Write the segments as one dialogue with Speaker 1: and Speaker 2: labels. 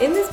Speaker 1: In this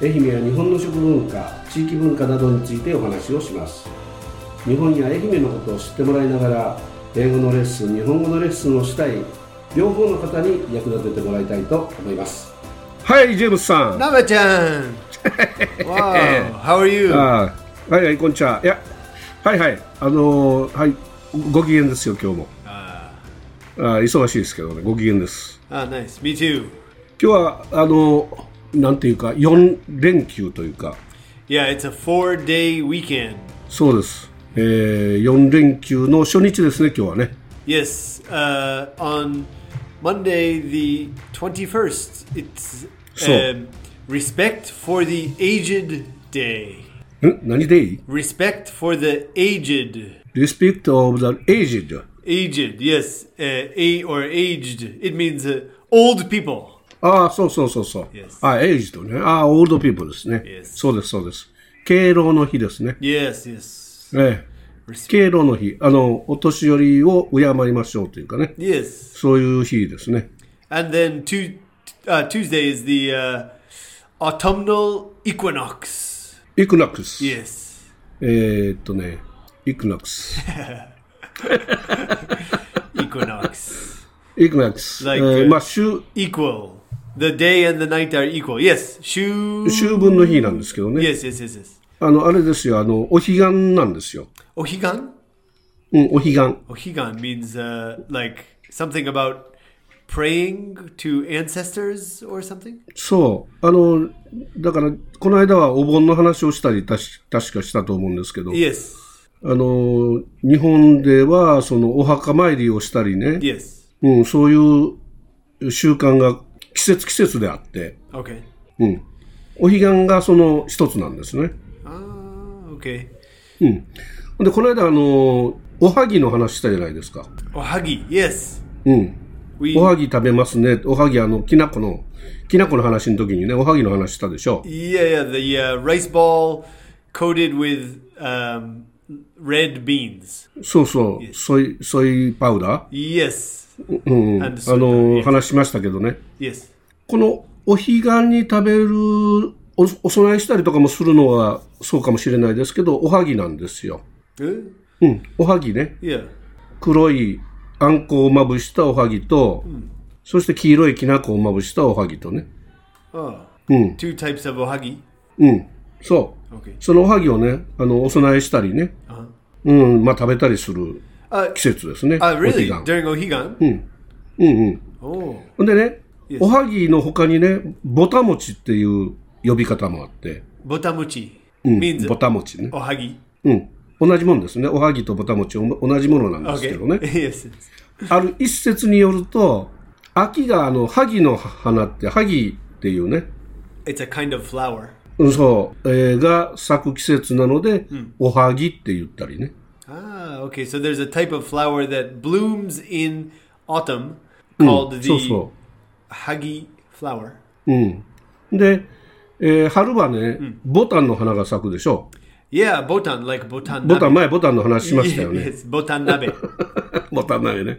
Speaker 2: 愛媛や日本の食文化地域文化などについてお話をします日本や愛媛のことを知ってもらいながら英語のレッスン日本語のレッスンをしたい両方の方に役立ててもらいたいと思います
Speaker 3: はい、ジェームスさん。あ
Speaker 4: Nava-chan! wow, how are you?
Speaker 3: あー、はいはい、こんにちは。いや、はいはい、あのーはい、ご機嫌ですよ、今日も。あー忙しいですけどね、ご機嫌です。
Speaker 4: ah, nice. Me too.
Speaker 3: 今日は、あのーなんていうか、4連休というか、
Speaker 4: Yeah, it's a four-day weekend.
Speaker 3: そうです。え4連休の初日ですね、今日はね。
Speaker 4: Yes, uh, on Monday the twenty-first, it's
Speaker 3: So-
Speaker 4: um, respect for the aged day.
Speaker 3: ん何でいい
Speaker 4: Respect for the aged.
Speaker 3: ?Respect of the aged.
Speaker 4: Aged, yes, uh, a or aged. It means uh, old people.
Speaker 3: ああ、そうそうそうそう。
Speaker 4: Yes.
Speaker 3: あ、aged ね。ああ、old people ですね。
Speaker 4: Yes.
Speaker 3: そうです、そうです。敬老の日ですね。
Speaker 4: Yes, yes,
Speaker 3: ええ、敬老の日あの、お年寄りを敬いましょうというかね、
Speaker 4: yes.
Speaker 3: そういう日ですね。
Speaker 4: And then tu- uh, Tuesday is the uh, autumnal equinox.
Speaker 3: イクナックス。
Speaker 4: Yes.
Speaker 3: えーっとね、イクナックス。
Speaker 4: Equinox.
Speaker 3: イクナックス。
Speaker 4: Like-
Speaker 3: えーまあ、週、
Speaker 4: equal. The day and the night are equal. Yes. Shu.
Speaker 3: 秋分の日なんですけどね。
Speaker 4: Yes, yes, yes, yes.
Speaker 3: あの、あれですよ、あの、お彼岸なんですよ。
Speaker 4: Ohigan?
Speaker 3: うん、お彼岸。
Speaker 4: Ohigan means uh, like something about praying to ancestors or something.
Speaker 3: そう。あの、だから、この間はお盆の話をしたり、たし確かしたと思うんですけど、
Speaker 4: Yes.
Speaker 3: あの、日本では、その、お墓参りをしたりね、
Speaker 4: Yes.
Speaker 3: うん、そういう習慣が季節季節であって、
Speaker 4: Okay.
Speaker 3: うん、お彼岸がその一つなんですね。
Speaker 4: Ah, okay.
Speaker 3: で、この間、あの、おはぎの話したじゃないですか。
Speaker 4: Ohagi. Yes.
Speaker 3: うん。
Speaker 4: We.
Speaker 3: おはぎ食べますね。おはぎ、あの、きなこの、きなこの話の時にね、おはぎの話したでしょ。
Speaker 4: Yeah, yeah, the uh, rice ball coated with um, red beans.
Speaker 3: そうそう、ソイ、ソイパウダ
Speaker 4: Yes,
Speaker 3: ーうん。あ
Speaker 4: And soy
Speaker 3: の、
Speaker 4: powder, yes.
Speaker 3: 話しましたけどね。
Speaker 4: yes.
Speaker 3: この、お彼岸に食べる、おお供えしたりとかもするのはそうかもしれないですけど、おはぎなんですよ。
Speaker 4: Huh?
Speaker 3: うん。おはぎね。
Speaker 4: Uh, Yeah.
Speaker 3: 黒いあんこをまぶしたおはぎと、そして黄色いきな粉をまぶしたおはぎとね。
Speaker 4: Oh,
Speaker 3: Hmm.
Speaker 4: two types of ohagi.
Speaker 3: うん。そう。
Speaker 4: Okay.
Speaker 3: そのおはぎをね、あの、お供えしたりね。
Speaker 4: Uh-huh.
Speaker 3: うん、まあ食べたりする
Speaker 4: Uh,
Speaker 3: 季節ですね。
Speaker 4: uh, really?
Speaker 3: お彼岸
Speaker 4: During ohigan?
Speaker 3: うんうん。
Speaker 4: Oh,
Speaker 3: ほんでね
Speaker 4: Yes.、
Speaker 3: おはぎの他にね、ぼたもちっていう呼び方もあって、
Speaker 4: botamuchi
Speaker 3: うん、
Speaker 4: means
Speaker 3: ぼたもちね。
Speaker 4: ohagi.
Speaker 3: うん。同じもんですね。おはぎとぼたもち、お同じものなんです
Speaker 4: Okay.
Speaker 3: けどね。
Speaker 4: yes, yes.
Speaker 3: ある一説によると、秋があの、萩の花って、萩っていうね、
Speaker 4: It's a kind of flower.
Speaker 3: うんそう、えーが咲く季節なので、おはぎって言ったりね。
Speaker 4: Ah, okay. So there's a type of flower that blooms in autumn called
Speaker 3: そう
Speaker 4: the
Speaker 3: そ
Speaker 4: hagi flower.
Speaker 3: う。うん。で、えー春はね、ボタンの花が咲くでしょ
Speaker 4: Yeah, botan, like botan.
Speaker 3: ボタン、前ボタンの話しましたよね。
Speaker 4: Yes, botan nabe.
Speaker 3: ボタンだよね。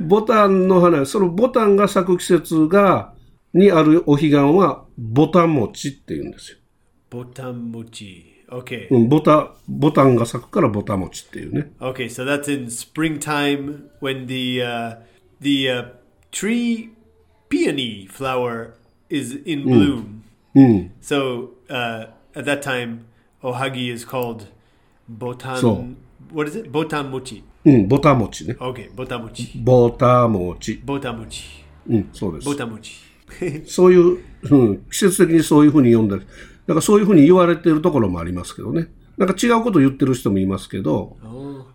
Speaker 3: ボタンの花、そのボタンが咲く季節が、にあるお彼岸は、ボタン餅って言うんですよ。
Speaker 4: botan mochi. Okay.
Speaker 3: うん、ボタ、ボタンが咲くからボタン餅っていうね。
Speaker 4: Okay, so that's in springtime when the uh, the uh, tree peony flower is in bloom.
Speaker 3: うん。
Speaker 4: So uh, at that time, ohagi is called botan.
Speaker 3: So-
Speaker 4: What is it? Botan mochi.
Speaker 3: うん、ボタン餅ね。
Speaker 4: Okay, botan mochi.
Speaker 3: ボタン餅。
Speaker 4: Botan mochi.
Speaker 3: うん、そうです。
Speaker 4: Botan mochi.
Speaker 3: そういう、うん、季節的にそういうふうに読んだり、なんかそういうふうに言われてるところもありますけどね。なんか違うこと言ってる人もいますけど、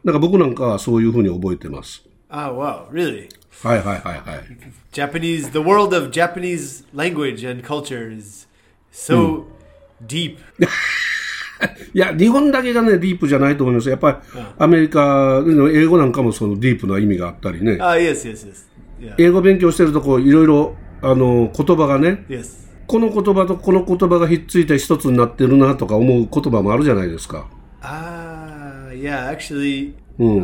Speaker 3: なんか僕なんかはそういうふうに覚えてます。
Speaker 4: ah, wow, really?
Speaker 3: はいはいはいはい。
Speaker 4: Japanese, the world of Japanese language and culture is so deep.
Speaker 3: いや、日本だけがね、ディープじゃないと思います。やっぱり、アメリカ、英語なんかもそのディープな意味があったりね。
Speaker 4: Ah, yes, yes, yes. Yeah.
Speaker 3: 英語勉強してるとこう、いろいろ、あの、言葉がね、
Speaker 4: yes.
Speaker 3: この言葉とこの言葉がひっついて一つになってるなとか思う言葉もあるじゃないですか。
Speaker 4: Ah, yeah. Actually,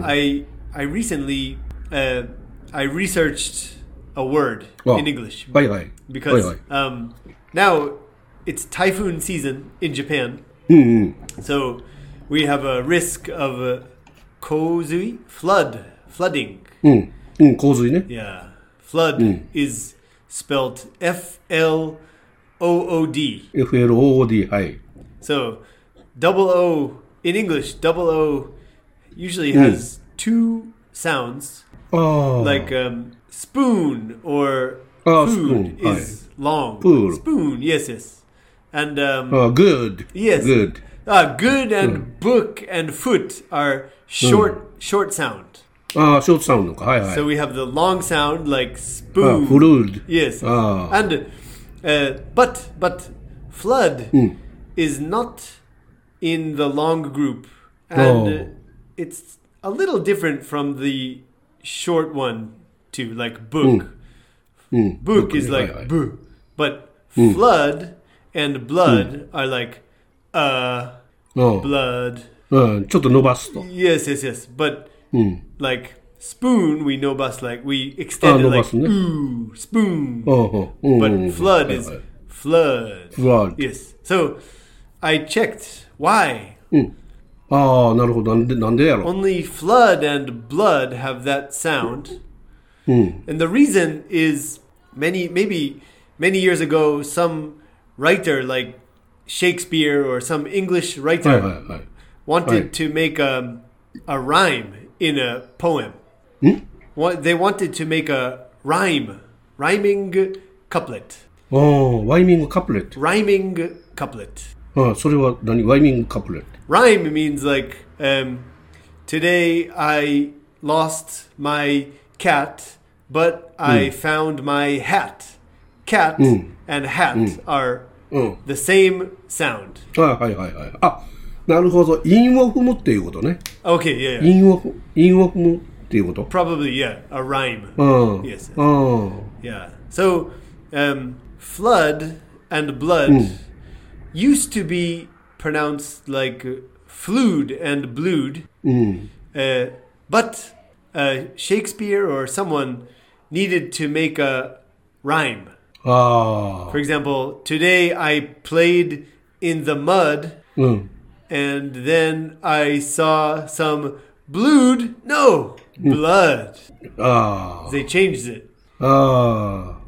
Speaker 4: I I recently uh, I researched a word
Speaker 3: あ
Speaker 4: in English
Speaker 3: はいはい。
Speaker 4: because
Speaker 3: はいはい。
Speaker 4: um, now it's typhoon season in Japan. So we have a risk of a kozui flood flooding.
Speaker 3: うん。うん、洪水ね。
Speaker 4: Yeah, flood is spelled F L O O D.
Speaker 3: FLOOD、はい。
Speaker 4: So double O in English, double O usually has two sounds,
Speaker 3: ああ。
Speaker 4: like um, spoon or
Speaker 3: Ah,
Speaker 4: food
Speaker 3: spoon,
Speaker 4: is long.
Speaker 3: Food.
Speaker 4: Spoon, yes, yes, and um,
Speaker 3: ああ、good。
Speaker 4: yes,
Speaker 3: good.
Speaker 4: Ah, good and book and foot are short, short sound.
Speaker 3: ああ、ショートサウンドか。はいはい。
Speaker 4: So we have the long sound like
Speaker 3: あ
Speaker 4: spoon.
Speaker 3: あ、フルール。
Speaker 4: Yes.
Speaker 3: Ah.
Speaker 4: And uh, but but flood
Speaker 3: Hmm.
Speaker 4: is not in the long group, and uh,
Speaker 3: Oh.
Speaker 4: it's a little different from the short one too. Like book,
Speaker 3: Hmm.
Speaker 4: book is
Speaker 3: yeah,
Speaker 4: like
Speaker 3: yeah, yeah.
Speaker 4: boo, but
Speaker 3: Hmm.
Speaker 4: flood and blood are like uh
Speaker 3: うん。
Speaker 4: blood.
Speaker 3: うん、ちょっと伸ばすと。
Speaker 4: Yes, yes, yes. But like spoon, we know bus like
Speaker 3: Hmm.
Speaker 4: we
Speaker 3: Ah,
Speaker 4: extend it
Speaker 3: no
Speaker 4: like
Speaker 3: bus, no?
Speaker 4: ooh spoon.
Speaker 3: うんうん。うん
Speaker 4: But flood is
Speaker 3: はいはい
Speaker 4: flood.
Speaker 3: Flood.
Speaker 4: Yes. So I checked why
Speaker 3: ああ、なるほど。なんで、なんでやろ。
Speaker 4: only flood and blood have that sound. And the reason is many maybe many years ago some writer like Shakespeare or some English
Speaker 3: はい
Speaker 4: writer
Speaker 3: はいはい。Right.
Speaker 4: wanted to make a, a rhyme in a poem. Hmm? What they wanted to make a rhyme, rhyming couplet,
Speaker 3: ああ、ワイミングカプレット。
Speaker 4: rhyming couplet.
Speaker 3: ああ、それは何ワイミングカプレット。
Speaker 4: Rhyme means like um, today I lost my cat, but I found my hat. Cat and hat are the same sound.
Speaker 3: ああ、はいはいはい。あ、なるほど。韻を踏むっていうことね。
Speaker 4: Okay, yeah, yeah.
Speaker 3: 韻を踏、韻を踏むっていうこと。
Speaker 4: probably yeah, a rhyme.
Speaker 3: うん。
Speaker 4: Yes.
Speaker 3: うん。
Speaker 4: Yeah. So, um, flood and blood used to be pronounced like uh, fluid and blued. Uh, but uh, Shakespeare or someone needed to make a rhyme.
Speaker 3: ああ。
Speaker 4: For example, today I played in the mud
Speaker 3: うん。
Speaker 4: and then I saw some blued, no, blood.
Speaker 3: あ
Speaker 4: They changed it.
Speaker 3: あ。ああ。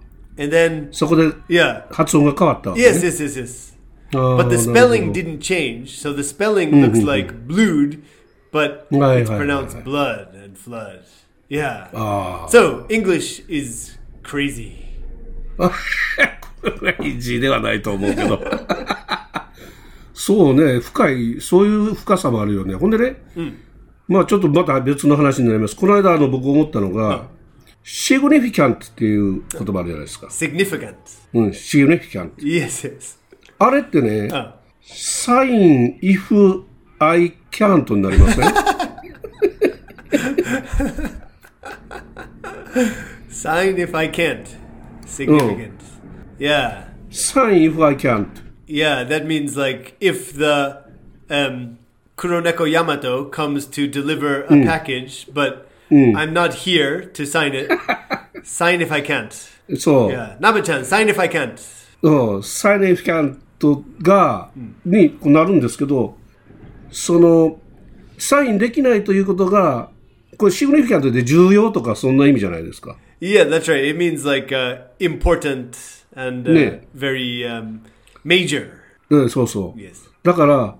Speaker 4: And then,
Speaker 3: そこで
Speaker 4: yeah.
Speaker 3: 発音が変わったわけね。
Speaker 4: Yes, yes, yes, yes.
Speaker 3: ああ
Speaker 4: But the
Speaker 3: なる
Speaker 4: spelling
Speaker 3: ほど
Speaker 4: didn't change, so the spelling looks like blued, but
Speaker 3: Mm-hmm. Right,
Speaker 4: it's
Speaker 3: right,
Speaker 4: pronounced
Speaker 3: right, Oh. right.
Speaker 4: blood and flood. Yeah.
Speaker 3: あ
Speaker 4: So English is crazy.
Speaker 3: あ。これはイージーではないと思うけど。 そうね、深い、そういう深さもあるよね。ほんでね、まあちょっとまた別の話になります。この間、あの、僕思ったのが、シグニフィキャントっていう言葉あるじゃないですか。
Speaker 4: Significant.
Speaker 3: うん、シグニフィキャント。
Speaker 4: Yes, yes.
Speaker 3: あれってね、
Speaker 4: Ah.
Speaker 3: サイン、イフ、アイ、キャントになりません
Speaker 4: Sign if I can't. Significant.
Speaker 3: Oh.
Speaker 4: Yeah.
Speaker 3: サイン、イフ、アイ、キャント。
Speaker 4: Yeah, that means like if the um, Kuroneko Yamato comes to deliver a
Speaker 3: Mm.
Speaker 4: package, but I'm not here to sign it, sign if I can't.
Speaker 3: そう。
Speaker 4: Yeah, Naba-chan, sign if I can't.
Speaker 3: うん、サイレンフィキャントが、にこうなるんですけど、その、サインできないということが、これシグニフィキャントで重要とかそんな意味じゃないですか。
Speaker 4: Yeah, that's right. It means like uh, important and uh,
Speaker 3: Yeah.
Speaker 4: very um, major.
Speaker 3: うん、そうそう。
Speaker 4: Yes.
Speaker 3: だから、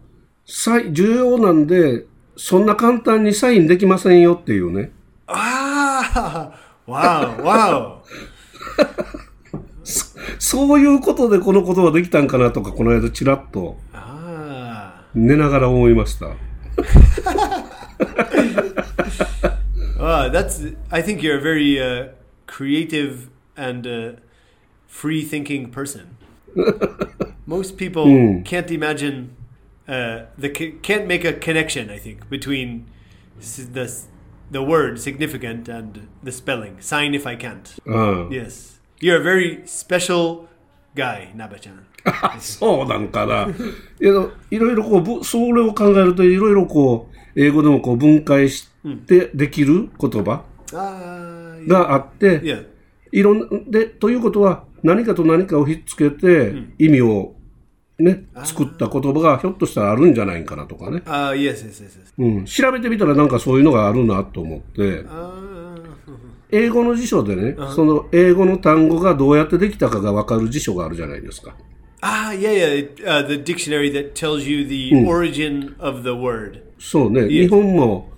Speaker 3: サイン、重要なんで、そんな簡単にサインできませんよっていうね。
Speaker 4: Ah, wow, wow.
Speaker 3: そういうことでこの言葉できたんかなとか、この間ちらっと
Speaker 4: ah,
Speaker 3: 寝ながら思いました。
Speaker 4: Ah, that's. I think you're a very uh, creative and uh, free-thinking person. Most people can't imagine uh, the c- can't make a connection. I think between s- the s- the word significant and the spelling. Sign if I can't.
Speaker 3: うん。
Speaker 4: Yes, you're a very special guy, Naba-chan.
Speaker 3: あそうなんかな。いやいろいろこうぶ、それを考えると、いろいろこう、英語でもこう分解してできる言葉
Speaker 4: Ah, yeah.
Speaker 3: があって、
Speaker 4: yeah.
Speaker 3: いろんで、ということは、何かと何かをひっつけて、意味をね、作った言葉がひょっとしたらあるんじゃないかなとかね。
Speaker 4: Ah, yes, yes, yes, yes.
Speaker 3: うん。調べてみたらなんかそういうのがあるなと思って、
Speaker 4: Ah,
Speaker 3: 英語の辞書でね、その英語の単語がどうやってできたかがわかる辞書があるじゃないですか。
Speaker 4: ah, yeah, yeah. It, uh, the dictionary that tells you the origin of the word.
Speaker 3: そうね、日本も、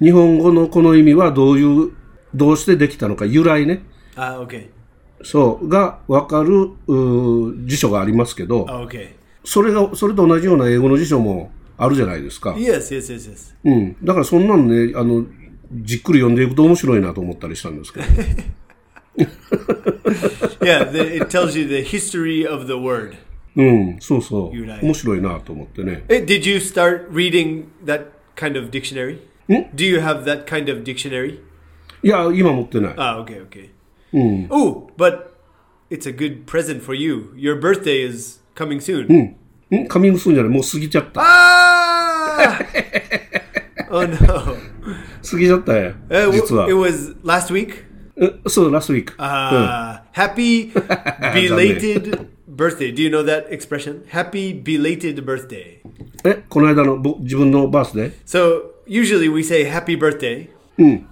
Speaker 3: 日本語のこの意味はどういう、どうしてできたのか、由来ね。
Speaker 4: Ah, okay.
Speaker 3: そう、がわかる、うー辞書がありますけど、
Speaker 4: Ah, okay.
Speaker 3: それが、それと同じような英語の辞書もあるじゃないですか。
Speaker 4: Yes, yes, yes, yes.
Speaker 3: うん。だからそんなんね、あの、じっくり読んでいくと面白いなと思ったりしたんですけど。
Speaker 4: Yeah, the, it tells you the history of the word.
Speaker 3: うん、そうそ
Speaker 4: 由来
Speaker 3: う。面白いなと思ってね。
Speaker 4: Eh, Did you start reading that kind of dictionary? Do you have that kind of dictionary?
Speaker 3: いや、今持ってない。
Speaker 4: Ah, okay, okay. Oh, but it's a good present for you. Your birthday is coming soon.
Speaker 3: んカミングスーンじゃないもう過ぎちゃった。
Speaker 4: Ah! oh no.
Speaker 3: 過ぎちゃったよ
Speaker 4: Eh, w-
Speaker 3: 実は
Speaker 4: It。was last week.
Speaker 3: えそう、ラストウィーク。
Speaker 4: Uh, happy belated birthday. Do you know that expression? Happy belated birthday.
Speaker 3: え、この間のぼ自分のバースデー
Speaker 4: So usually we say happy birthday,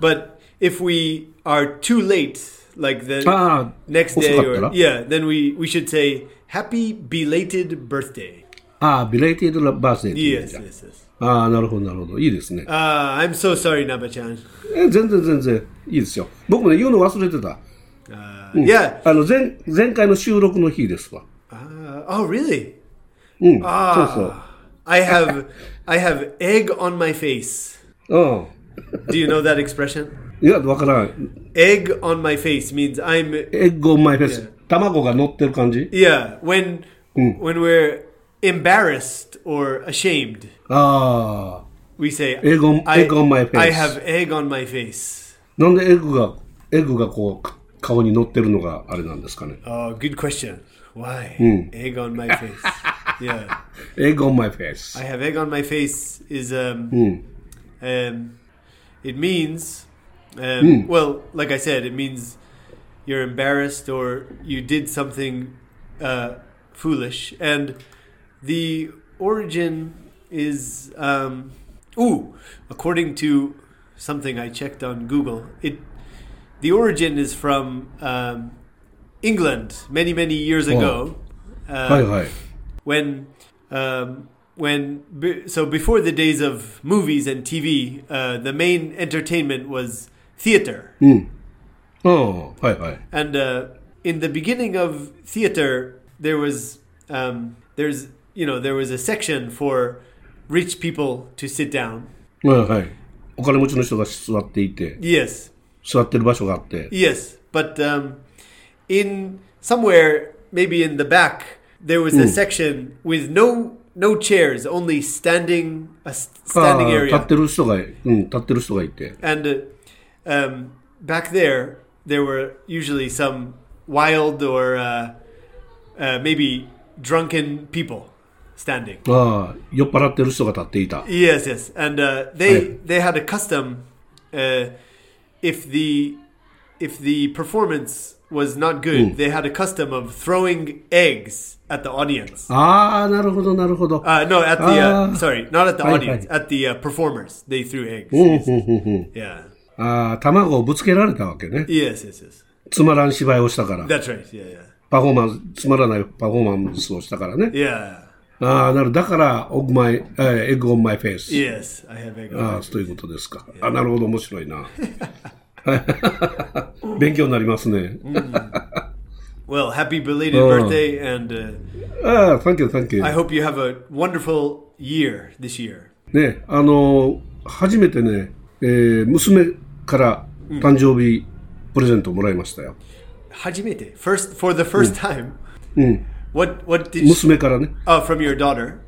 Speaker 4: but if we are too late, like the
Speaker 3: Ah,
Speaker 4: next day or
Speaker 3: 遅かったら？
Speaker 4: yeah, then we we should say happy belated birthday.
Speaker 3: ああ、ビレイティドバースデーって言うん
Speaker 4: Yes,
Speaker 3: じゃん
Speaker 4: yes, yes.
Speaker 3: ああ、なるほど、なるほど。いいですね。
Speaker 4: Uh, I'm so sorry, Naba-chan.
Speaker 3: え全然全然いいですよ。僕もね、言うの忘れてた。
Speaker 4: Uh, Yeah.
Speaker 3: あの、前、前回の収録の日ですわ。
Speaker 4: Uh, oh, really?
Speaker 3: うん。そう
Speaker 4: I have I have egg on my face.
Speaker 3: そう。
Speaker 4: Do you know that expression?
Speaker 3: うん。いや、わからん。
Speaker 4: Egg on my face means I'm
Speaker 3: エッグオンマイフェス。卵が乗ってる感じ
Speaker 4: yeah, when when we're embarrassed or ashamed.
Speaker 3: ああ。
Speaker 4: We say
Speaker 3: Egg on-
Speaker 4: I,
Speaker 3: egg on my face.
Speaker 4: I have egg on my face.
Speaker 3: なんでエッグが、エッグがこう、か顔に乗ってるのがあれなんですかね。
Speaker 4: Oh, good question. Why
Speaker 3: Hmm.
Speaker 4: egg on my face? yeah,
Speaker 3: エッグオンマイフェス
Speaker 4: I。have egg on my face is um, um it means um, well, like I said, it means you're embarrassed or you did something uh, foolish, and the origin is um, ooh, according to something I checked on Google, it the origin is from um, England many many years ago. Uh,
Speaker 3: はいはい。
Speaker 4: when um, when be, so before the days of movies and TV, uh, the main entertainment was theater,
Speaker 3: うん。はいはい。
Speaker 4: and uh, in the beginning of theater, there was um, there's you know there was a section for rich people to sit down.
Speaker 3: はいはい。お金持ちの人が座っていて、
Speaker 4: Yes,
Speaker 3: 座ってる場所があって。
Speaker 4: yes, but um, in somewhere maybe in the back there was a section with no no chairs, only standing a s-
Speaker 3: あー
Speaker 4: standing area.
Speaker 3: 立ってる人が、うん、立ってる人がいて。
Speaker 4: And uh, um, back there, there were usually some wild or uh, uh, maybe drunken people standing.
Speaker 3: ああ、酔っ払ってる人が立っていた。
Speaker 4: Yes, yes. And uh, they
Speaker 3: Right.
Speaker 4: they had a custom uh, if the if the performance was not good, they had a custom of throwing eggs at the audience. Uh,
Speaker 3: ああ、なるほど、なるほど。
Speaker 4: no, at the uh,
Speaker 3: Ah.
Speaker 4: sorry, not at the
Speaker 3: Right,
Speaker 4: audience,
Speaker 3: right.
Speaker 4: at the uh, performers. They threw eggs.
Speaker 3: うんうんうんうん。
Speaker 4: Yeah.
Speaker 3: ああ、卵をぶつけられたわけね。
Speaker 4: Yes, yes, yes.
Speaker 3: つまらん芝居をしたから。
Speaker 4: That's right. Yeah, yeah.
Speaker 3: パフォーマンス、つまらないパフォーマンスをしたからね。
Speaker 4: Yeah.
Speaker 3: ああ、なるだから、オグマイ、えーエッグオンマイフェイス。
Speaker 4: Yes, I have egg on
Speaker 3: あ
Speaker 4: my
Speaker 3: あ、ということですか。あなるほど、面白いな。 勉強になりますね。
Speaker 4: Well, happy belated
Speaker 3: Oh.
Speaker 4: birthday, and uh,
Speaker 3: ああ、サンキュー、サンキュ
Speaker 4: I
Speaker 3: ー。
Speaker 4: hope you have a wonderful year this year.
Speaker 3: ね、あのー初めてね、えー娘から誕生日プレゼントをもらいましたよ。
Speaker 4: Hajimete, first for the first time. What what did you,
Speaker 3: 娘からね。
Speaker 4: uh, from your daughter?
Speaker 3: う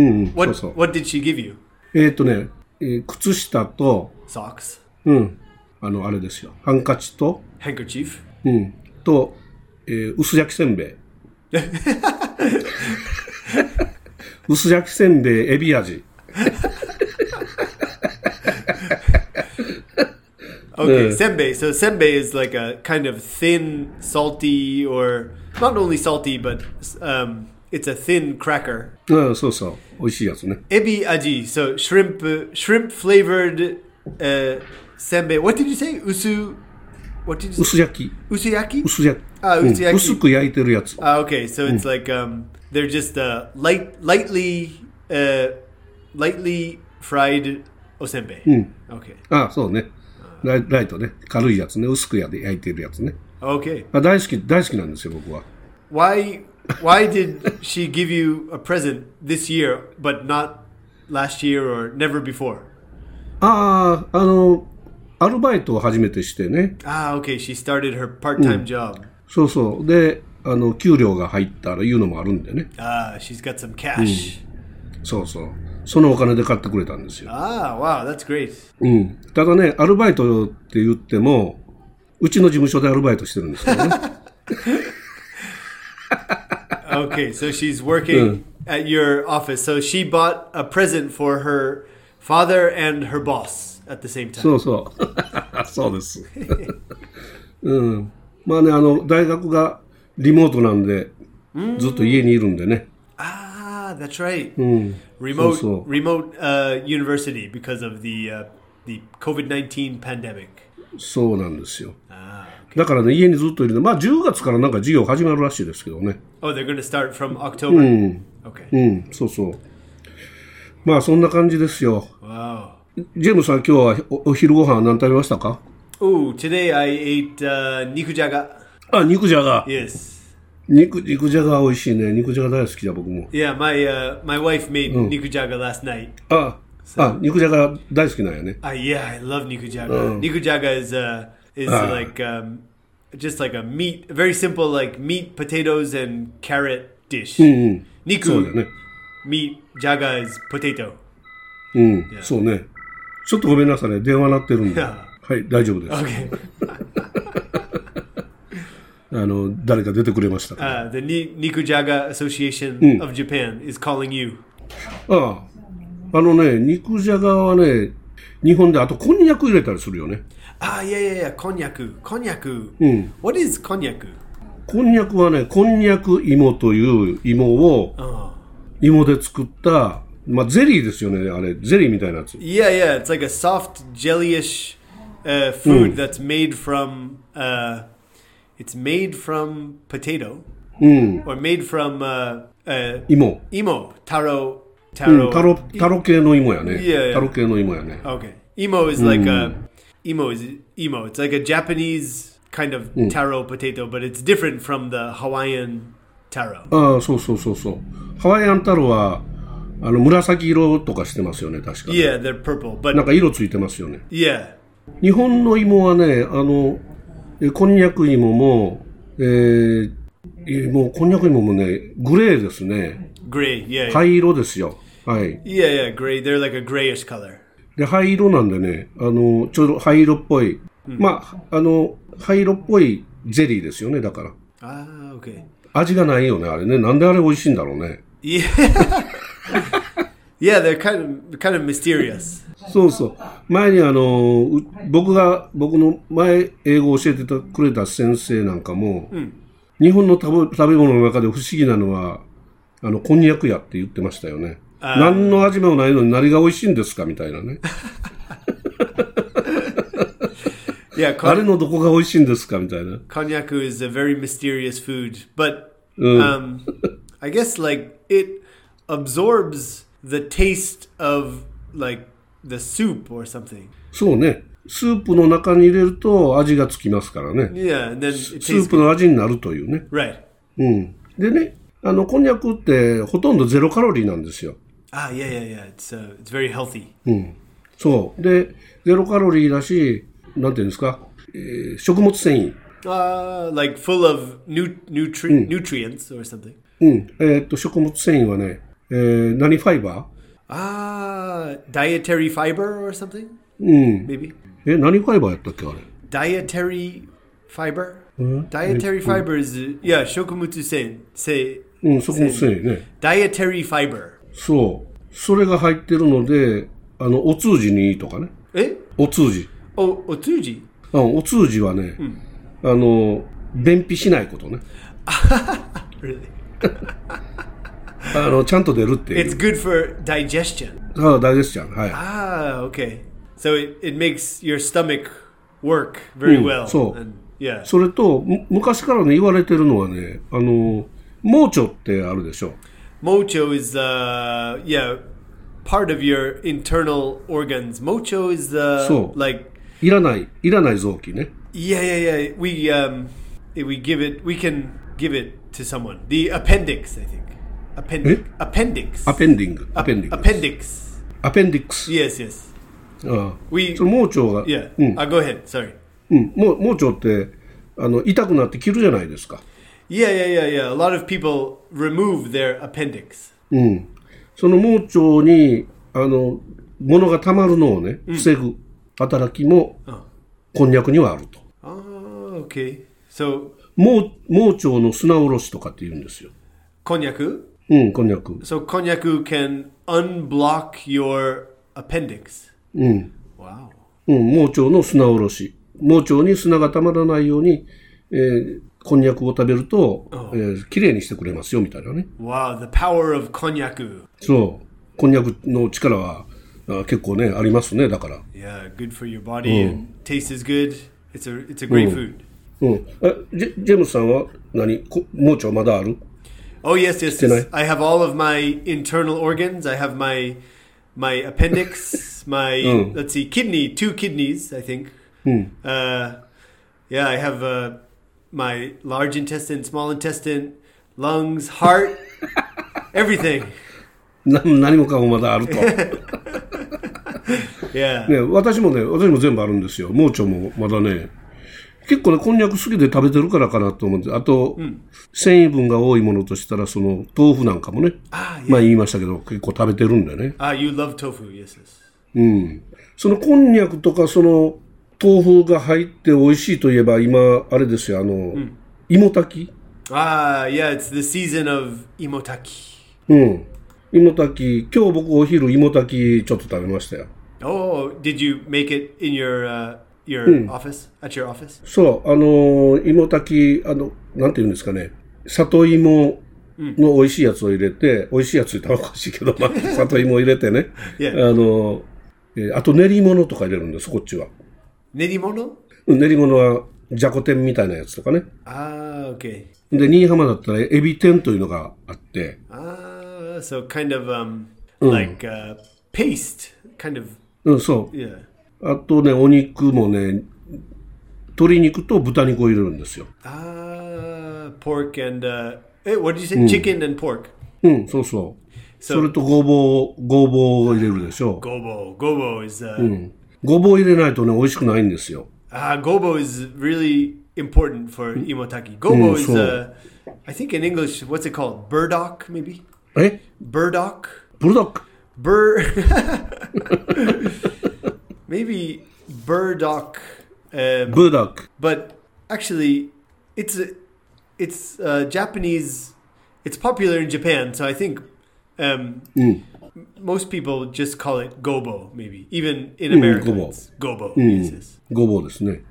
Speaker 3: うん、うん、そう
Speaker 4: What
Speaker 3: そう。
Speaker 4: what did she give you?
Speaker 3: えーっ、とね、えー靴下と、
Speaker 4: Socks,
Speaker 3: うん、あの、あれですよ。ハンカチと、
Speaker 4: handkerchief.
Speaker 3: うん、と、えー薄焼きせん べい。薄焼きせんべい、エビ味。
Speaker 4: Okay,
Speaker 3: Yeah.
Speaker 4: senbei. So senbei is like a kind of thin, salty, or not only salty, but um, it's a thin cracker.
Speaker 3: うん、そうそう。美味しいやつね。
Speaker 4: Ebi aji. So shrimp, uh, shrimp flavored uh, senbei. What did you say? Usu. What did you say?
Speaker 3: 薄焼き。
Speaker 4: Usuyaki.
Speaker 3: 薄焼き。
Speaker 4: あ
Speaker 3: うん
Speaker 4: 薄焼き
Speaker 3: 薄く焼いてるやつ。
Speaker 4: Ah, okay, so it's like um, they're just uh, light, lightly, uh, lightly fried osenbei. Okay,
Speaker 3: あ、そうね。ライライトね。軽いやつね。薄くやで焼いてるやつね。
Speaker 4: okay.
Speaker 3: あ大好き、大好きなんですよ、僕は。
Speaker 4: Why, why did she give you a present this year, but not last year or never before?
Speaker 3: ああ、あの、アルバイトを初めてしてね。
Speaker 4: Ah, okay, she started her part-time job.
Speaker 3: そうそう。で、あの、給料が入ったらいうのもあるんでね。
Speaker 4: Ah, she's got some cash.
Speaker 3: そうそう。そのお金で買ってくれたんですよ。
Speaker 4: Ah, wow, that's great.
Speaker 3: うん。ただね、アルバイトって言っても、うちの事務所でアルバイトしてるんですけ どね。
Speaker 4: Okay, so she's working
Speaker 3: Hmm.
Speaker 4: at your office. So she bought a present for her father and her boss at the same time.
Speaker 3: そうそう。そうです。 うん。まあね、あの、大学がリモートなんで、ずっと家にいるんでね。
Speaker 4: Ah, that's right.
Speaker 3: うん。
Speaker 4: Remote
Speaker 3: Hmm. so-
Speaker 4: remote uh, university because of the uh, the COVID nineteen pandemic. Ah,
Speaker 3: そうなんですよ。だからね、家にずっといるんで、まあ10月からなんか授業始まるらしいですけどね。
Speaker 4: Oh, they're going to start from October.
Speaker 3: Hmm.
Speaker 4: Okay.
Speaker 3: うん、そうそう。まあそんな感じですよ。
Speaker 4: Wow.
Speaker 3: ジェームスさん、今日はおお昼ご飯何食べましたか
Speaker 4: Ooh, today I ate uh, nikujaga.
Speaker 3: あ、肉じゃが。
Speaker 4: Yes.
Speaker 3: 肉、肉じゃが美味しいね。肉じゃが大好きだ、僕も。
Speaker 4: Yeah, my uh, my wife made
Speaker 3: Hmm.
Speaker 4: nikujaga last night.
Speaker 3: あ、あ、肉じゃが大好きなんやね。
Speaker 4: Uh, yeah, I love nikujaga. Nikujaga is uh, is
Speaker 3: Ah.
Speaker 4: like um, just like a meat, very simple like meat, potatoes, and carrot dish.
Speaker 3: うん、そうだ
Speaker 4: Niku
Speaker 3: ね。
Speaker 4: meat jaga is potato.
Speaker 3: うん、そうね。ちょっとごめんなさいね。電話鳴ってるんで。
Speaker 4: Yeah.
Speaker 3: はい、大丈夫です。あ
Speaker 4: Okay,
Speaker 3: の、誰か出てくれましたか。
Speaker 4: uh, the Ni- Nikujaga Association of Japan is calling you.
Speaker 3: ああ。あのね、肉じゃがはね、日本であとこんにゃく入れたりするよね。
Speaker 4: Ah, yeah, yeah, yeah. Konyaku, konyaku.
Speaker 3: Mm.
Speaker 4: What is konyaku?
Speaker 3: こんにゃくはね、こんにゃく芋という芋を
Speaker 4: Oh.
Speaker 3: 芋で作った、まあ、ゼリーですよね、あれ。ゼリーみたいなやつ。
Speaker 4: Yeah, yeah. It's like a soft jellyish uh, food that's made from. Uh, it's made from potato, or made from uh, uh,
Speaker 3: 芋。
Speaker 4: imo taro
Speaker 3: うん、
Speaker 4: Hmm, taro.
Speaker 3: タロ、タロ系の芋や
Speaker 4: いやい
Speaker 3: ね。
Speaker 4: や
Speaker 3: タロ系の芋やね。
Speaker 4: Okay, imo is like a imo is imo. It's like a Japanese kind of taro potato, but it's different from the Hawaiian taro.
Speaker 3: ああ、そうそうそうそう。ハワイアンタロは、あの、紫色とかしてますよね、確か。
Speaker 4: Yeah, they're
Speaker 3: な
Speaker 4: purple,
Speaker 3: ん
Speaker 4: but
Speaker 3: か色ついてますよね。
Speaker 4: yeah,
Speaker 3: 日本の芋はね、あの、えこんにゃく芋も、えーえもうこんにゃく芋もね、グレーですね。
Speaker 4: gray. Yeah, yeah,
Speaker 3: 灰色ですよ。はい。
Speaker 4: yeah, yeah, gray. They're like a grayish color.
Speaker 3: で、灰色なんでね、あの、ちょうど灰色っぽい、まあ、あの、灰色っぽいゼリーですよね、だから。
Speaker 4: Ah, okay.
Speaker 3: 味がないよね、あれね。なんであれ美味しいんだろうね。
Speaker 4: Yeah. yeah, they're kind of kind of mysterious.
Speaker 3: そうそう。前にあの、う僕が、僕の前英語を教えてたくれた先生なんかも、日本の食べ食べ物の中で不思議なのは、あの、こんにゃくやって言ってましたよね。何の味もないのに何が美味しいんですかみたいなね。
Speaker 4: Yeah,
Speaker 3: あれ
Speaker 4: kon-
Speaker 3: のどこが美味しいんですかみたいな。
Speaker 4: konyaku is a very mysterious food, but
Speaker 3: Mm.
Speaker 4: um, I guess like it absorbs the taste of like the soup or something.
Speaker 3: そうね。スープの中に入れると味がつきますからね。
Speaker 4: Yeah, and then it
Speaker 3: スー
Speaker 4: tastes
Speaker 3: プ
Speaker 4: good.
Speaker 3: の味になるというね。
Speaker 4: right.
Speaker 3: うん。でね、あの、こんにゃくってほとんどゼロカロリーなんですよ。
Speaker 4: Ah, yeah, yeah, yeah. It's uh, it's very healthy.
Speaker 3: そう。で、ゼロカロリーだし、なんていうんですか、えー食物繊維。
Speaker 4: Uh, like full of nu- nutri- nutrients or something.
Speaker 3: うん。えーっと、食物繊維はね、えー何ファイバ
Speaker 4: Ah, dietary fiber or something?
Speaker 3: ーうん。
Speaker 4: Maybe.
Speaker 3: え、何ファイバーやったっけあれ。
Speaker 4: Dietary fiber?
Speaker 3: Hmm?
Speaker 4: Dietary fiber is, uh, yeah, shokumutsu sen. Say,
Speaker 3: うん、そこの繊維ね。
Speaker 4: dietary fiber.
Speaker 3: そう。それが入ってるので、あの、お通じにいいとかね。
Speaker 4: Eh?
Speaker 3: お通じ。
Speaker 4: Oh, otsuji.
Speaker 3: うん、お通じはね、あの、便秘しないことね。
Speaker 4: Really?
Speaker 3: あの、ちゃんと出るってい
Speaker 4: It's
Speaker 3: う。
Speaker 4: good for digestion.
Speaker 3: ああ、大ですじゃん。はい。
Speaker 4: Ah, okay. So it, it makes your stomach work very
Speaker 3: Mm,
Speaker 4: well.
Speaker 3: so-
Speaker 4: And, yeah.
Speaker 3: それと、む昔からね、言われてるのはね、あの、盲腸ってあるでしょ。
Speaker 4: Mocho is, uh, yeah, part of your internal organs. Mocho is, uh,
Speaker 3: So-
Speaker 4: like,
Speaker 3: いらない、いらない臓器ね。
Speaker 4: Yeah, yeah, yeah. We um, we give it. We can give it to someone. The appendix, I think. Appendix.
Speaker 3: Eh?
Speaker 4: Appendix.
Speaker 3: アペンディング、アペンディング。
Speaker 4: Appendix.
Speaker 3: アペンディックス。
Speaker 4: Yes, yes.
Speaker 3: ああ
Speaker 4: We-
Speaker 3: その盲腸が、
Speaker 4: Yeah.
Speaker 3: うん
Speaker 4: Uh, go ahead. Sorry.
Speaker 3: うん、盲盲腸ってあの痛くなって切るじゃないですか。
Speaker 4: Yeah, yeah, yeah, yeah. A lot of people remove their appendix.
Speaker 3: うん、その盲腸にあの物がたまるのをね防ぐ働きも、こんにゃくにはあると。
Speaker 4: Oh, okay. So
Speaker 3: 盲盲腸の砂おろしとかって言うんですよ。
Speaker 4: cognac.
Speaker 3: うん、こんにゃく。
Speaker 4: So cognac can unblock your appendix.
Speaker 3: うん、
Speaker 4: Wow.
Speaker 3: うん、盲腸の砂おろし。盲腸に砂がたまらないように、えーこんにゃくを食べると、えーきれいにしてくれますよみたいなね。
Speaker 4: Wow. The power of cognac.
Speaker 3: そう。こんにゃくの力はあ結構ね、ありますね、だから。
Speaker 4: Yeah, good for your body. and Tastes is good. It's a it's a great food.
Speaker 3: うん。えジェジェームスさんは何こ盲腸まだある
Speaker 4: Oh yes, yes,
Speaker 3: Can
Speaker 4: yes.
Speaker 3: I-
Speaker 4: I have all of my internal organs. I have my my appendix, my let's see, kidney, two kidneys, I think. Uh, yeah, I have uh, my large intestine, small intestine, lungs, heart, everything.
Speaker 3: な何もかもまだあると。 ね、
Speaker 4: Yeah.
Speaker 3: 私もね、私も全部あるんですよ。盲腸もまだね。結構ね、こんにゃく好きで食べてるからかなと思うんです。あと、繊維分が多いものとしたら、その、豆腐なんかもね、
Speaker 4: Ah, yeah.
Speaker 3: まあ言いましたけど、結構食べてるんでね。
Speaker 4: Ah, you love tofu. Yes, yes.
Speaker 3: うん。その、こんにゃくとか、その、豆腐が入って美味しいといえば、今、あれですよ、あの、芋炊き
Speaker 4: Ah, yeah. It's the season of imotaki.
Speaker 3: うん。芋炊き、今日僕お昼芋炊きちょっと食べましたよ。
Speaker 4: Oh, did you make it in your uh, your office at your office?
Speaker 3: そう、あのー芋炊き、あの、なんていうんですかね、里芋の美味しいやつを入れて、美味しいやつって言ったらおかしいけ ど、まあ、里芋を入れてね、
Speaker 4: いや
Speaker 3: あのーえーあと練り物とか入れるんです、こっちは。
Speaker 4: Nerimono?
Speaker 3: うん練り物は、じゃこ天みたいなやつとかね。
Speaker 4: Ah, okay.
Speaker 3: で、新居浜だったら、エビ天というのがあって、
Speaker 4: Ah, so kind of um like uh, paste, kind of
Speaker 3: うん、そ
Speaker 4: yeah.
Speaker 3: う。あとね、お肉もね、鶏肉と豚肉を入れるんですよ。
Speaker 4: Ah, pork and uh, eh, what did you say? Chicken and pork.
Speaker 3: うん、そうそう。それとごぼう、ごぼうを入れるでしょう。
Speaker 4: Gobo, gobo is uh,
Speaker 3: ごぼう入れないとね、美味しくないんですよ。
Speaker 4: ah gobo is really important for imotaki.
Speaker 3: Mm,
Speaker 4: Gobo is
Speaker 3: sure.
Speaker 4: uh, I think in English, what's it called? Burdock, maybe.
Speaker 3: え
Speaker 4: Burdock.
Speaker 3: ブルドック
Speaker 4: Bur. Maybe burdock, um,
Speaker 3: ブルドック。
Speaker 4: but actually, it's a, it's uh Japanese. It's popular in Japan, so I think um, m- most people just call it gobo. Maybe even in America,
Speaker 3: gobo.
Speaker 4: it's gobo. Yes, yes. Uh,
Speaker 3: ごぼうですね。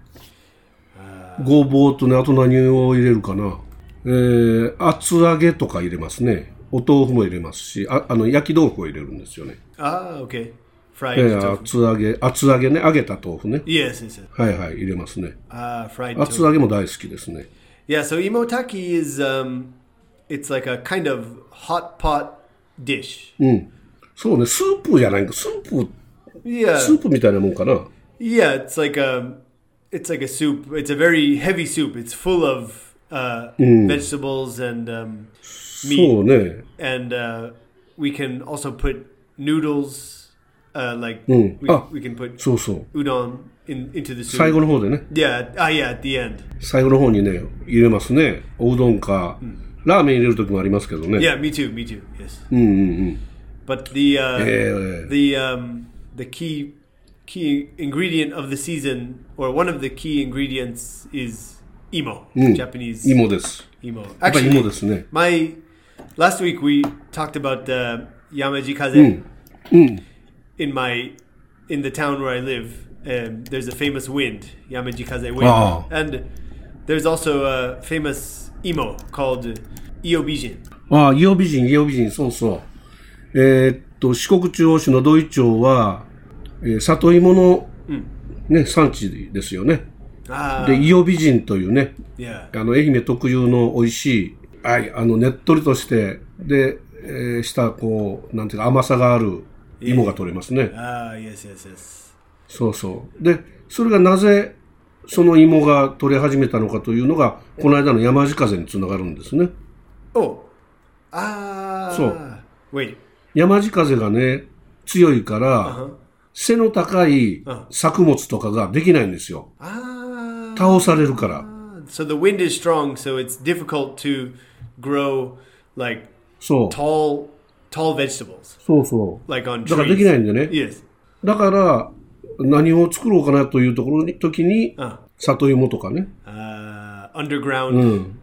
Speaker 3: ごぼうとね、あと何を入れるかな。えー、厚揚げとか入れますね。お豆腐も入れますし、ああの焼き豆腐を入れるんですよね。
Speaker 4: Ah, okay.
Speaker 3: え
Speaker 4: Fried
Speaker 3: ー、
Speaker 4: tofu.
Speaker 3: 厚揚げ、厚揚げね、揚げた豆腐ね。
Speaker 4: Yes, yes, yes.
Speaker 3: はいはい、入れますね。
Speaker 4: Ah, fried
Speaker 3: 厚
Speaker 4: tofu.
Speaker 3: 揚げも大好きですね。
Speaker 4: Yeah, so imotaki is um, it's like a kind of hot pot dish.
Speaker 3: そうね、スープじゃないか、スープ、
Speaker 4: Yeah.
Speaker 3: スープみたいなもんかな。
Speaker 4: Yeah, it's like a it's like a soup. It's a very heavy soup. It's full of uh,
Speaker 3: Mm.
Speaker 4: vegetables and um,
Speaker 3: そうね。
Speaker 4: and uh, we can also put noodles. Uh, like
Speaker 3: Mm.
Speaker 4: we,
Speaker 3: Ah.
Speaker 4: we can put
Speaker 3: そうそう。
Speaker 4: udon in into the
Speaker 3: 最
Speaker 4: soup.
Speaker 3: 後の方でね、
Speaker 4: Yeah, ah, yeah, at the end.
Speaker 3: 最後の方にね、入れますね。おうどんか、ラーメン入れる時もありますけどね。
Speaker 4: Yeah, me too, me too. Yes.
Speaker 3: うんうんうん。
Speaker 4: But the uh,
Speaker 3: Mm, Yeah.
Speaker 4: the um, the key key ingredient of the season, or one of the key ingredients, is emo.
Speaker 3: Mm.
Speaker 4: Japanese
Speaker 3: 芋です。
Speaker 4: emo.
Speaker 3: やっぱり芋ですね。
Speaker 4: my last week we talked about uh, Yamaji Kaze.
Speaker 3: Mm.
Speaker 4: In my in the town where I live, um, there's a famous wind, Yamaji Kaze wind,
Speaker 3: Oh.
Speaker 4: and there's also a famous emo called Iobijin.
Speaker 3: ああ、伊予美人、伊予美人、そうそう。えーっと、四国中央市の土井町は、えー里芋の、ね、産地ですよね。
Speaker 4: Ah,
Speaker 3: で、伊予美人というね、
Speaker 4: yeah,
Speaker 3: あの、愛媛特有の美味しい、はい、あの、ねっとりとして、で、えーした、こう、なんていうか、甘さがある芋が取れますね。
Speaker 4: ah, yes, yes, yes.
Speaker 3: そうそう。で、それがなぜ、その芋が取れ始めたのかというのが、この間の山地風につながるんですね。
Speaker 4: Oh, ah,
Speaker 3: So-
Speaker 4: wait, Uh-huh.
Speaker 3: 山地風がね、強いから、背の高い作物とかができないんですよ。
Speaker 4: ah,
Speaker 3: 倒されるから。
Speaker 4: so the wind is strong, so it's difficult to grow like
Speaker 3: そう。
Speaker 4: tall tall vegetables
Speaker 3: そうそ
Speaker 4: like on
Speaker 3: う。だから
Speaker 4: trees.
Speaker 3: できないんでね。
Speaker 4: Yes.
Speaker 3: だから、何を作ろうかなというところに、時に、里芋とかね。
Speaker 4: Uh, underground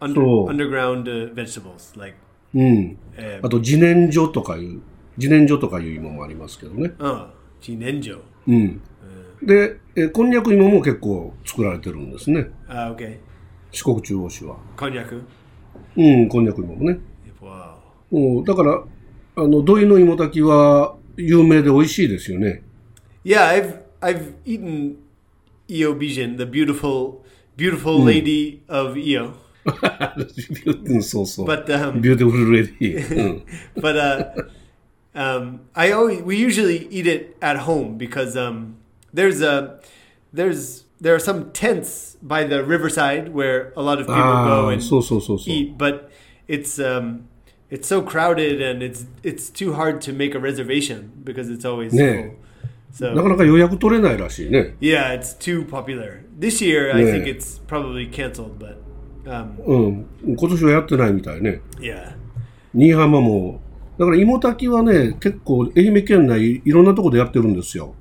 Speaker 4: under,
Speaker 3: So-
Speaker 4: underground uh, vegetables like
Speaker 3: うん。
Speaker 4: え
Speaker 3: あと、自然薯とかいう、自然薯とかいう芋もありますけどね。
Speaker 4: uh, chinenjo.
Speaker 3: で、えーこんにゃく芋も結構作られてるんですね。
Speaker 4: Ah, okay.
Speaker 3: 四国中央市は。
Speaker 4: Konyaku.
Speaker 3: うん、こんにゃく芋もね。
Speaker 4: Wow.
Speaker 3: うん、だから、あの、土井の芋炊きは有名で美味しいですよね。
Speaker 4: Yeah, I've I've eaten Io Bijin, the beautiful beautiful lady of Io.
Speaker 3: うん、そうそう。
Speaker 4: But um
Speaker 3: ビューティフルレデ ィー。うん。
Speaker 4: but uh um I always we usually eat it at home because um there's a there's there are some tents by the riverside where a lot of people
Speaker 3: あ
Speaker 4: go
Speaker 3: あ、
Speaker 4: and
Speaker 3: そうそうそうそう。
Speaker 4: eat, but it's um, it's so crowded and it's it's too hard to make a reservation because it's always
Speaker 3: Yeah.
Speaker 4: full. So
Speaker 3: なかなか予約取れないらしいね。
Speaker 4: yeah, it's too popular. This year, I
Speaker 3: Yeah.
Speaker 4: think it's probably canceled, but um,
Speaker 3: うん。今年はやってないみたいね。
Speaker 4: yeah,
Speaker 3: 新居浜も。だから芋炊きはね、結構愛媛県内いろんなとこでやってるんですよ。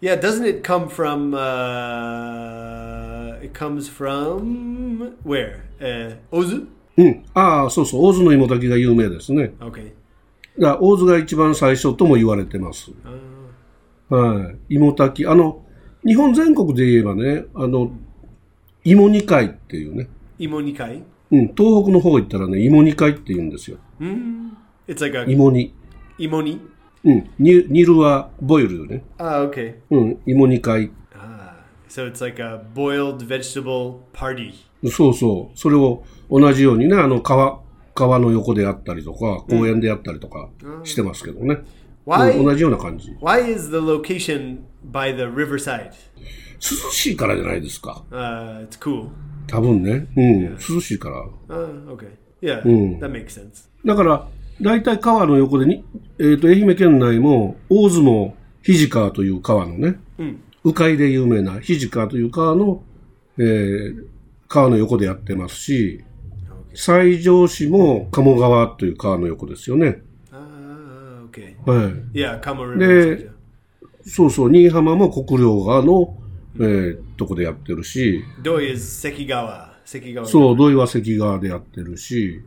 Speaker 4: yeah. Doesn't it come from? Uh, it comes from where? Uh, Ozu.
Speaker 3: うん。ああ、そうそう。大津の芋炊きが有名ですね。
Speaker 4: Okay.
Speaker 3: だから大津が一番最初とも言われてます。はい。芋炊き。あの、日本全国で言えばね、あの、芋二会っていうね。
Speaker 4: Imonikai.
Speaker 3: うん、東北の方行ったらね、芋煮会って言うんですよ。
Speaker 4: It's like a
Speaker 3: 芋煮。
Speaker 4: imoni.
Speaker 3: うん、煮煮るはボイルね。
Speaker 4: Ah, okay.
Speaker 3: うん、芋煮会。
Speaker 4: Ah, so it's like a boiled vegetable party.
Speaker 3: そうそう。それを同じようにね、あの、川、川の横でやったりとか、公園でやったりとかしてますけどね。
Speaker 4: Why?
Speaker 3: うん同じような感じ。
Speaker 4: Why is the location by the riverside?
Speaker 3: 涼しいからじゃないですか。
Speaker 4: Uh, it's cool.
Speaker 3: 多分ね。うん、涼しいから。
Speaker 4: Uh, okay. Yeah, that makes sense.
Speaker 3: だから、大体川の横でに、えっ、と、愛媛県内も、大相撲肘川という川のね、
Speaker 4: Hmm.
Speaker 3: 鵜飼で有名な肘川という川の、えー川の横でやってますし、西条市も鴨川という川の横ですよね。
Speaker 4: Ah, okay.
Speaker 3: は
Speaker 4: Yeah, Kama
Speaker 3: Yeah.
Speaker 4: River. Yeah.
Speaker 3: い。そうそう、新居浜も国領川の、えーとこでやってるし、
Speaker 4: Doi is Sekigawa. Sekigawa.
Speaker 3: そう、土井は関川でやってるし、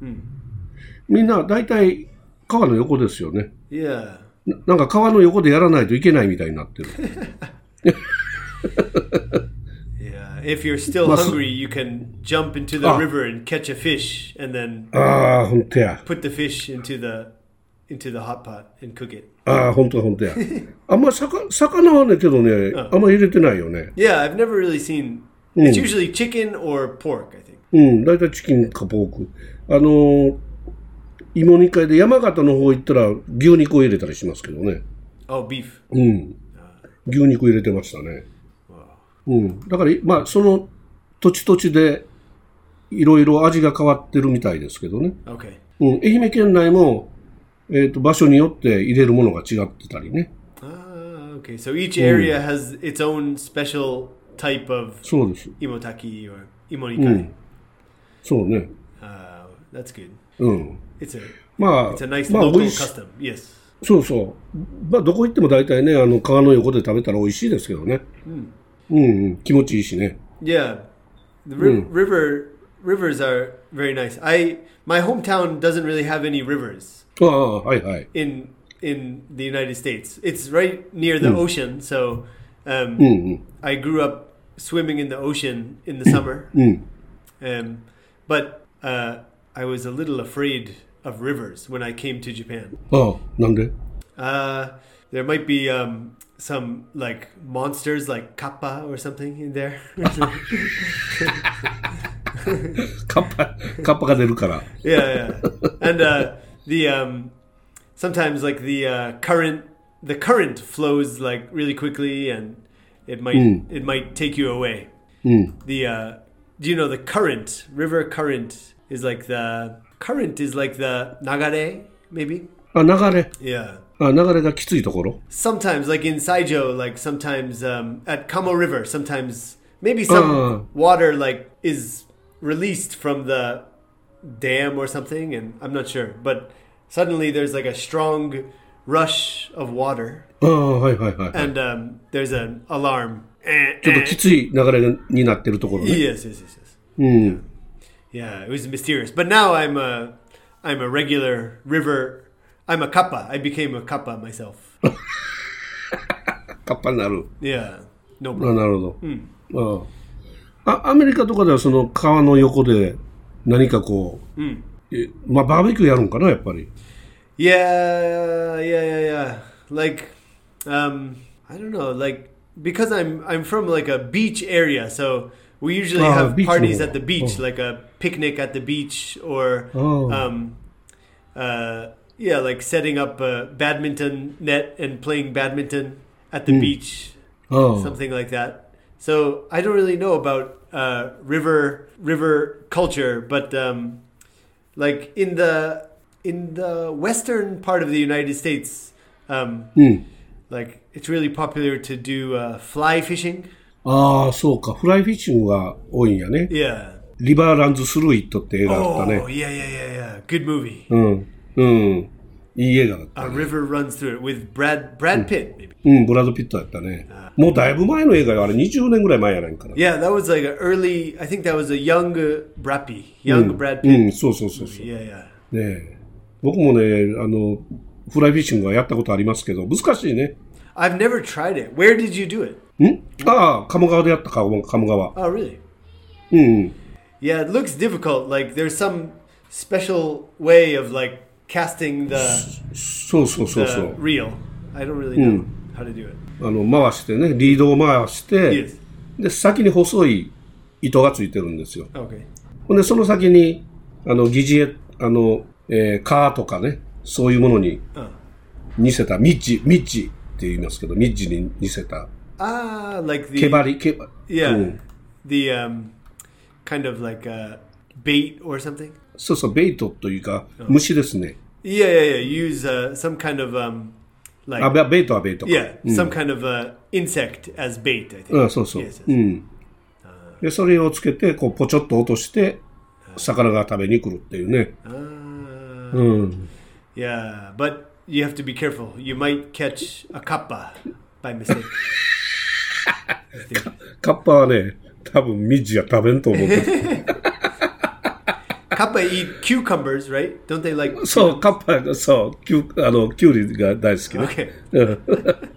Speaker 3: みんな大体川の横ですよね。
Speaker 4: Yeah.
Speaker 3: ななんか川の横でやらないといけないみたいになってる。
Speaker 4: Yeah. If you're still
Speaker 3: Must-
Speaker 4: hungry, you can jump into the
Speaker 3: Ah.
Speaker 4: river and catch a fish and then
Speaker 3: ああ、本当や。
Speaker 4: put the fish into the into the hot pot and cook it.
Speaker 3: ああ、本当や、本 当や。あんまさか魚はね、けどね、あんま入れてないよね。
Speaker 4: Yeah, I've never really seen it's usually chicken or pork, I think.
Speaker 3: うん、大体チキンかポーク。あのー芋煮会で山形の方行ったら牛肉を入れたりしますけどね。
Speaker 4: Oh, beef.
Speaker 3: うん。牛肉入れてましたね。うん。だから、まあ、その土地土地で、いろいろ味が変わってるみたいですけどね。
Speaker 4: Okay.
Speaker 3: うん。愛媛県内も、えっ、と、場所によって入れるものが違ってたりね。
Speaker 4: Ah, okay. So each area has its own special type of
Speaker 3: そうです。
Speaker 4: imotaki or imonikai.
Speaker 3: そうね。
Speaker 4: Uh, That's good.
Speaker 3: うん。
Speaker 4: It's a
Speaker 3: まあ、
Speaker 4: it's a nice
Speaker 3: まあ、
Speaker 4: local
Speaker 3: 美味し
Speaker 4: custom. Yes.
Speaker 3: そうそう。まあ、どこ行っても大体ね、あの、川の横で食べたら美味しいですけどね。うん。うん、気持ちいいしね。
Speaker 4: Yeah, the ri- river rivers are very nice. I my hometown doesn't really have any rivers
Speaker 3: ああ、はいはい。
Speaker 4: in in the United States. It's right near the ocean, so um, I grew up swimming in the ocean in the summer. Um, but uh, I was a little afraid of rivers when I came to Japan.
Speaker 3: ああ、なんで
Speaker 4: Uh, there might be um, some like monsters like kappa or something in there.
Speaker 3: カッパ、カッパが出るから。
Speaker 4: yeah, yeah. And uh, the um, sometimes like the uh, current, the current flows like really quickly, and it might it might take you away. The uh, do you know the current river current is like the current is like the nagare maybe
Speaker 3: あ、流れ。
Speaker 4: yeah.
Speaker 3: あ、流れがきついところ。
Speaker 4: Sometimes like in Saijo, like sometimes um, at Kamo River, sometimes maybe some
Speaker 3: Uh.
Speaker 4: water like is released from the dam or something, and I'm not sure. But suddenly there's like a strong rush of water,
Speaker 3: ああ、はいはいはい。
Speaker 4: and um, there's an alarm. Eh,
Speaker 3: ちょっときつい流れになってるところね。
Speaker 4: Yes, yes, yes, yes.
Speaker 3: うん。
Speaker 4: Yeah, it was mysterious. But now I'm a I'm a regular river. I'm a kappa. I became a kappa myself.
Speaker 3: カッパになる。
Speaker 4: Yeah, no
Speaker 3: あ
Speaker 4: problem.
Speaker 3: なるほど。うん。あアメリカとかではその川の横で何かこう、えまあバーベキューやるんかな、やっぱり。
Speaker 4: Yeah, yeah, yeah, yeah. Like, um, I don't know. Like, because I'm I'm from like a beach area, so we usually
Speaker 3: Ah,
Speaker 4: have
Speaker 3: beach
Speaker 4: parties
Speaker 3: area.
Speaker 4: at the beach, like a picnic at the beach, or
Speaker 3: Oh.
Speaker 4: um, uh, yeah, like setting up a badminton net and playing badminton at
Speaker 3: Hmm.
Speaker 4: the beach,
Speaker 3: ああ
Speaker 4: something like that. So I don't really know about uh, river river culture, but um, like in the in the western part of the United States, um,
Speaker 3: うん。
Speaker 4: like it's really popular to do uh, fly fishing.
Speaker 3: ああ、そうか。フライフィッシングが多いんやね。
Speaker 4: Yeah.
Speaker 3: リバーランズ・スルイットって映画あったね。
Speaker 4: Oh yeah yeah yeah yeah. Good movie.
Speaker 3: うん。うん。いい映画だった。
Speaker 4: A river runs through it with Brad Brad Pitt maybe.
Speaker 3: うん、ブラッド・ピットやったね。もうだいぶ前の映画よ。あれ20年ぐらい前やないんかな。
Speaker 4: Yeah, that was like an early. I think that was a young uh, Brappy, young Brad
Speaker 3: う
Speaker 4: Pitt.
Speaker 3: ん、そうそうそうそう。
Speaker 4: Yeah yeah.
Speaker 3: ねえ僕もね、あの、フライフィッシングはやったことありますけど、難しいね。
Speaker 4: I've never tried it. Where did you do it?
Speaker 3: んああ、鴨川でやったか、鴨鴨川。
Speaker 4: Oh really?
Speaker 3: うんうん。
Speaker 4: Yeah, it looks difficult. Like there's some special way of like casting the,
Speaker 3: そうそうそうそ
Speaker 4: the
Speaker 3: う。
Speaker 4: reel. I don't really know how to do it.
Speaker 3: あの、回してね、リードを回して、
Speaker 4: Yes.
Speaker 3: で、先に細い糸がついてるんですよ。
Speaker 4: Okay.
Speaker 3: ほんで、その先に、あの、疑似餌、あの、えー、カーとかね、そういうものに
Speaker 4: うん
Speaker 3: 似せた、ミッジ、ミッジって言いますけど、ミッジに似せた、
Speaker 4: Ah, like the
Speaker 3: 毛針、毛針、
Speaker 4: yeah,
Speaker 3: Mm.
Speaker 4: the um, kind of like a bait or something.
Speaker 3: そうそう、ベイトというか、虫ですね。
Speaker 4: Yeah, yeah, yeah. Use uh, some kind of um, like
Speaker 3: あ、ベベイトはベイトか。
Speaker 4: yeah, some kind of uh, insect as bait. I think.
Speaker 3: うん、そうそう。
Speaker 4: Yes, yes.
Speaker 3: うん。で、それをつけて、こう、ポチョッと落として、魚が食べに来るっていうね。
Speaker 4: Ah,
Speaker 3: うん。
Speaker 4: yeah, but you have to be careful. You might catch a kappa by mistake. I think.
Speaker 3: カッパはね、多分ミッジは食べんと思うけ ど。
Speaker 4: Kappa eat cucumbers, right? Don't they like?
Speaker 3: そう、カッパが、そう、キュあの、キュウリが大好きね。
Speaker 4: Okay.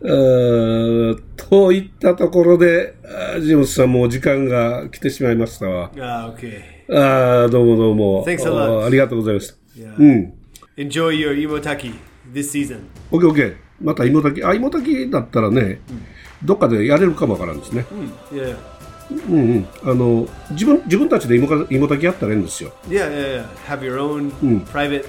Speaker 3: うーんといったところで、あージムスさんもう時間が来てしまいましたわ。
Speaker 4: Ah, okay.
Speaker 3: あーどうもどうも。
Speaker 4: Thanks a lot.
Speaker 3: あーありがとうございました。
Speaker 4: Yeah.
Speaker 3: うん。
Speaker 4: Enjoy your imotaki this season.
Speaker 3: オッケーオッケー。また芋炊き。あ、芋炊きだったらね、どっかでやれるかもわからんですね。
Speaker 4: Yeah.
Speaker 3: うんうん。あの、自分、自分たちで芋か芋炊きやったらいいんですよ。
Speaker 4: Yeah, yeah, yeah. Have your own private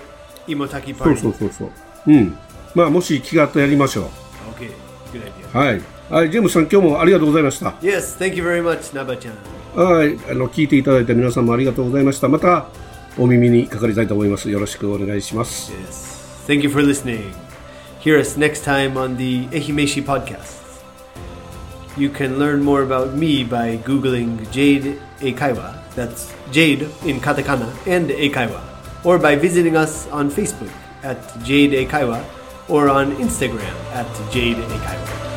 Speaker 4: imotaki
Speaker 3: そう
Speaker 4: party.
Speaker 3: そうそうそう。うん。まあ、もし気があったらやりましょ
Speaker 4: Okay, good idea.
Speaker 3: う。はい。はい、ジェームスさん、今日もありがとうございました。
Speaker 4: Yes, thank you very much, Naba-chan.
Speaker 3: はい、あの聞いていただいた皆さんもありがとうございました。またお耳にかかりたいと思います。よろしくお願いします。
Speaker 4: Yes, thank you for listening. Hear us next time on the Ehimeshi podcast. You can learn more about me by googling Jade Eikaiwa. that's Jade in katakana, and Eikaiwa, or by visiting us on Facebook at Jade Eikaiwa or on Instagram at Jade Eikaiwa.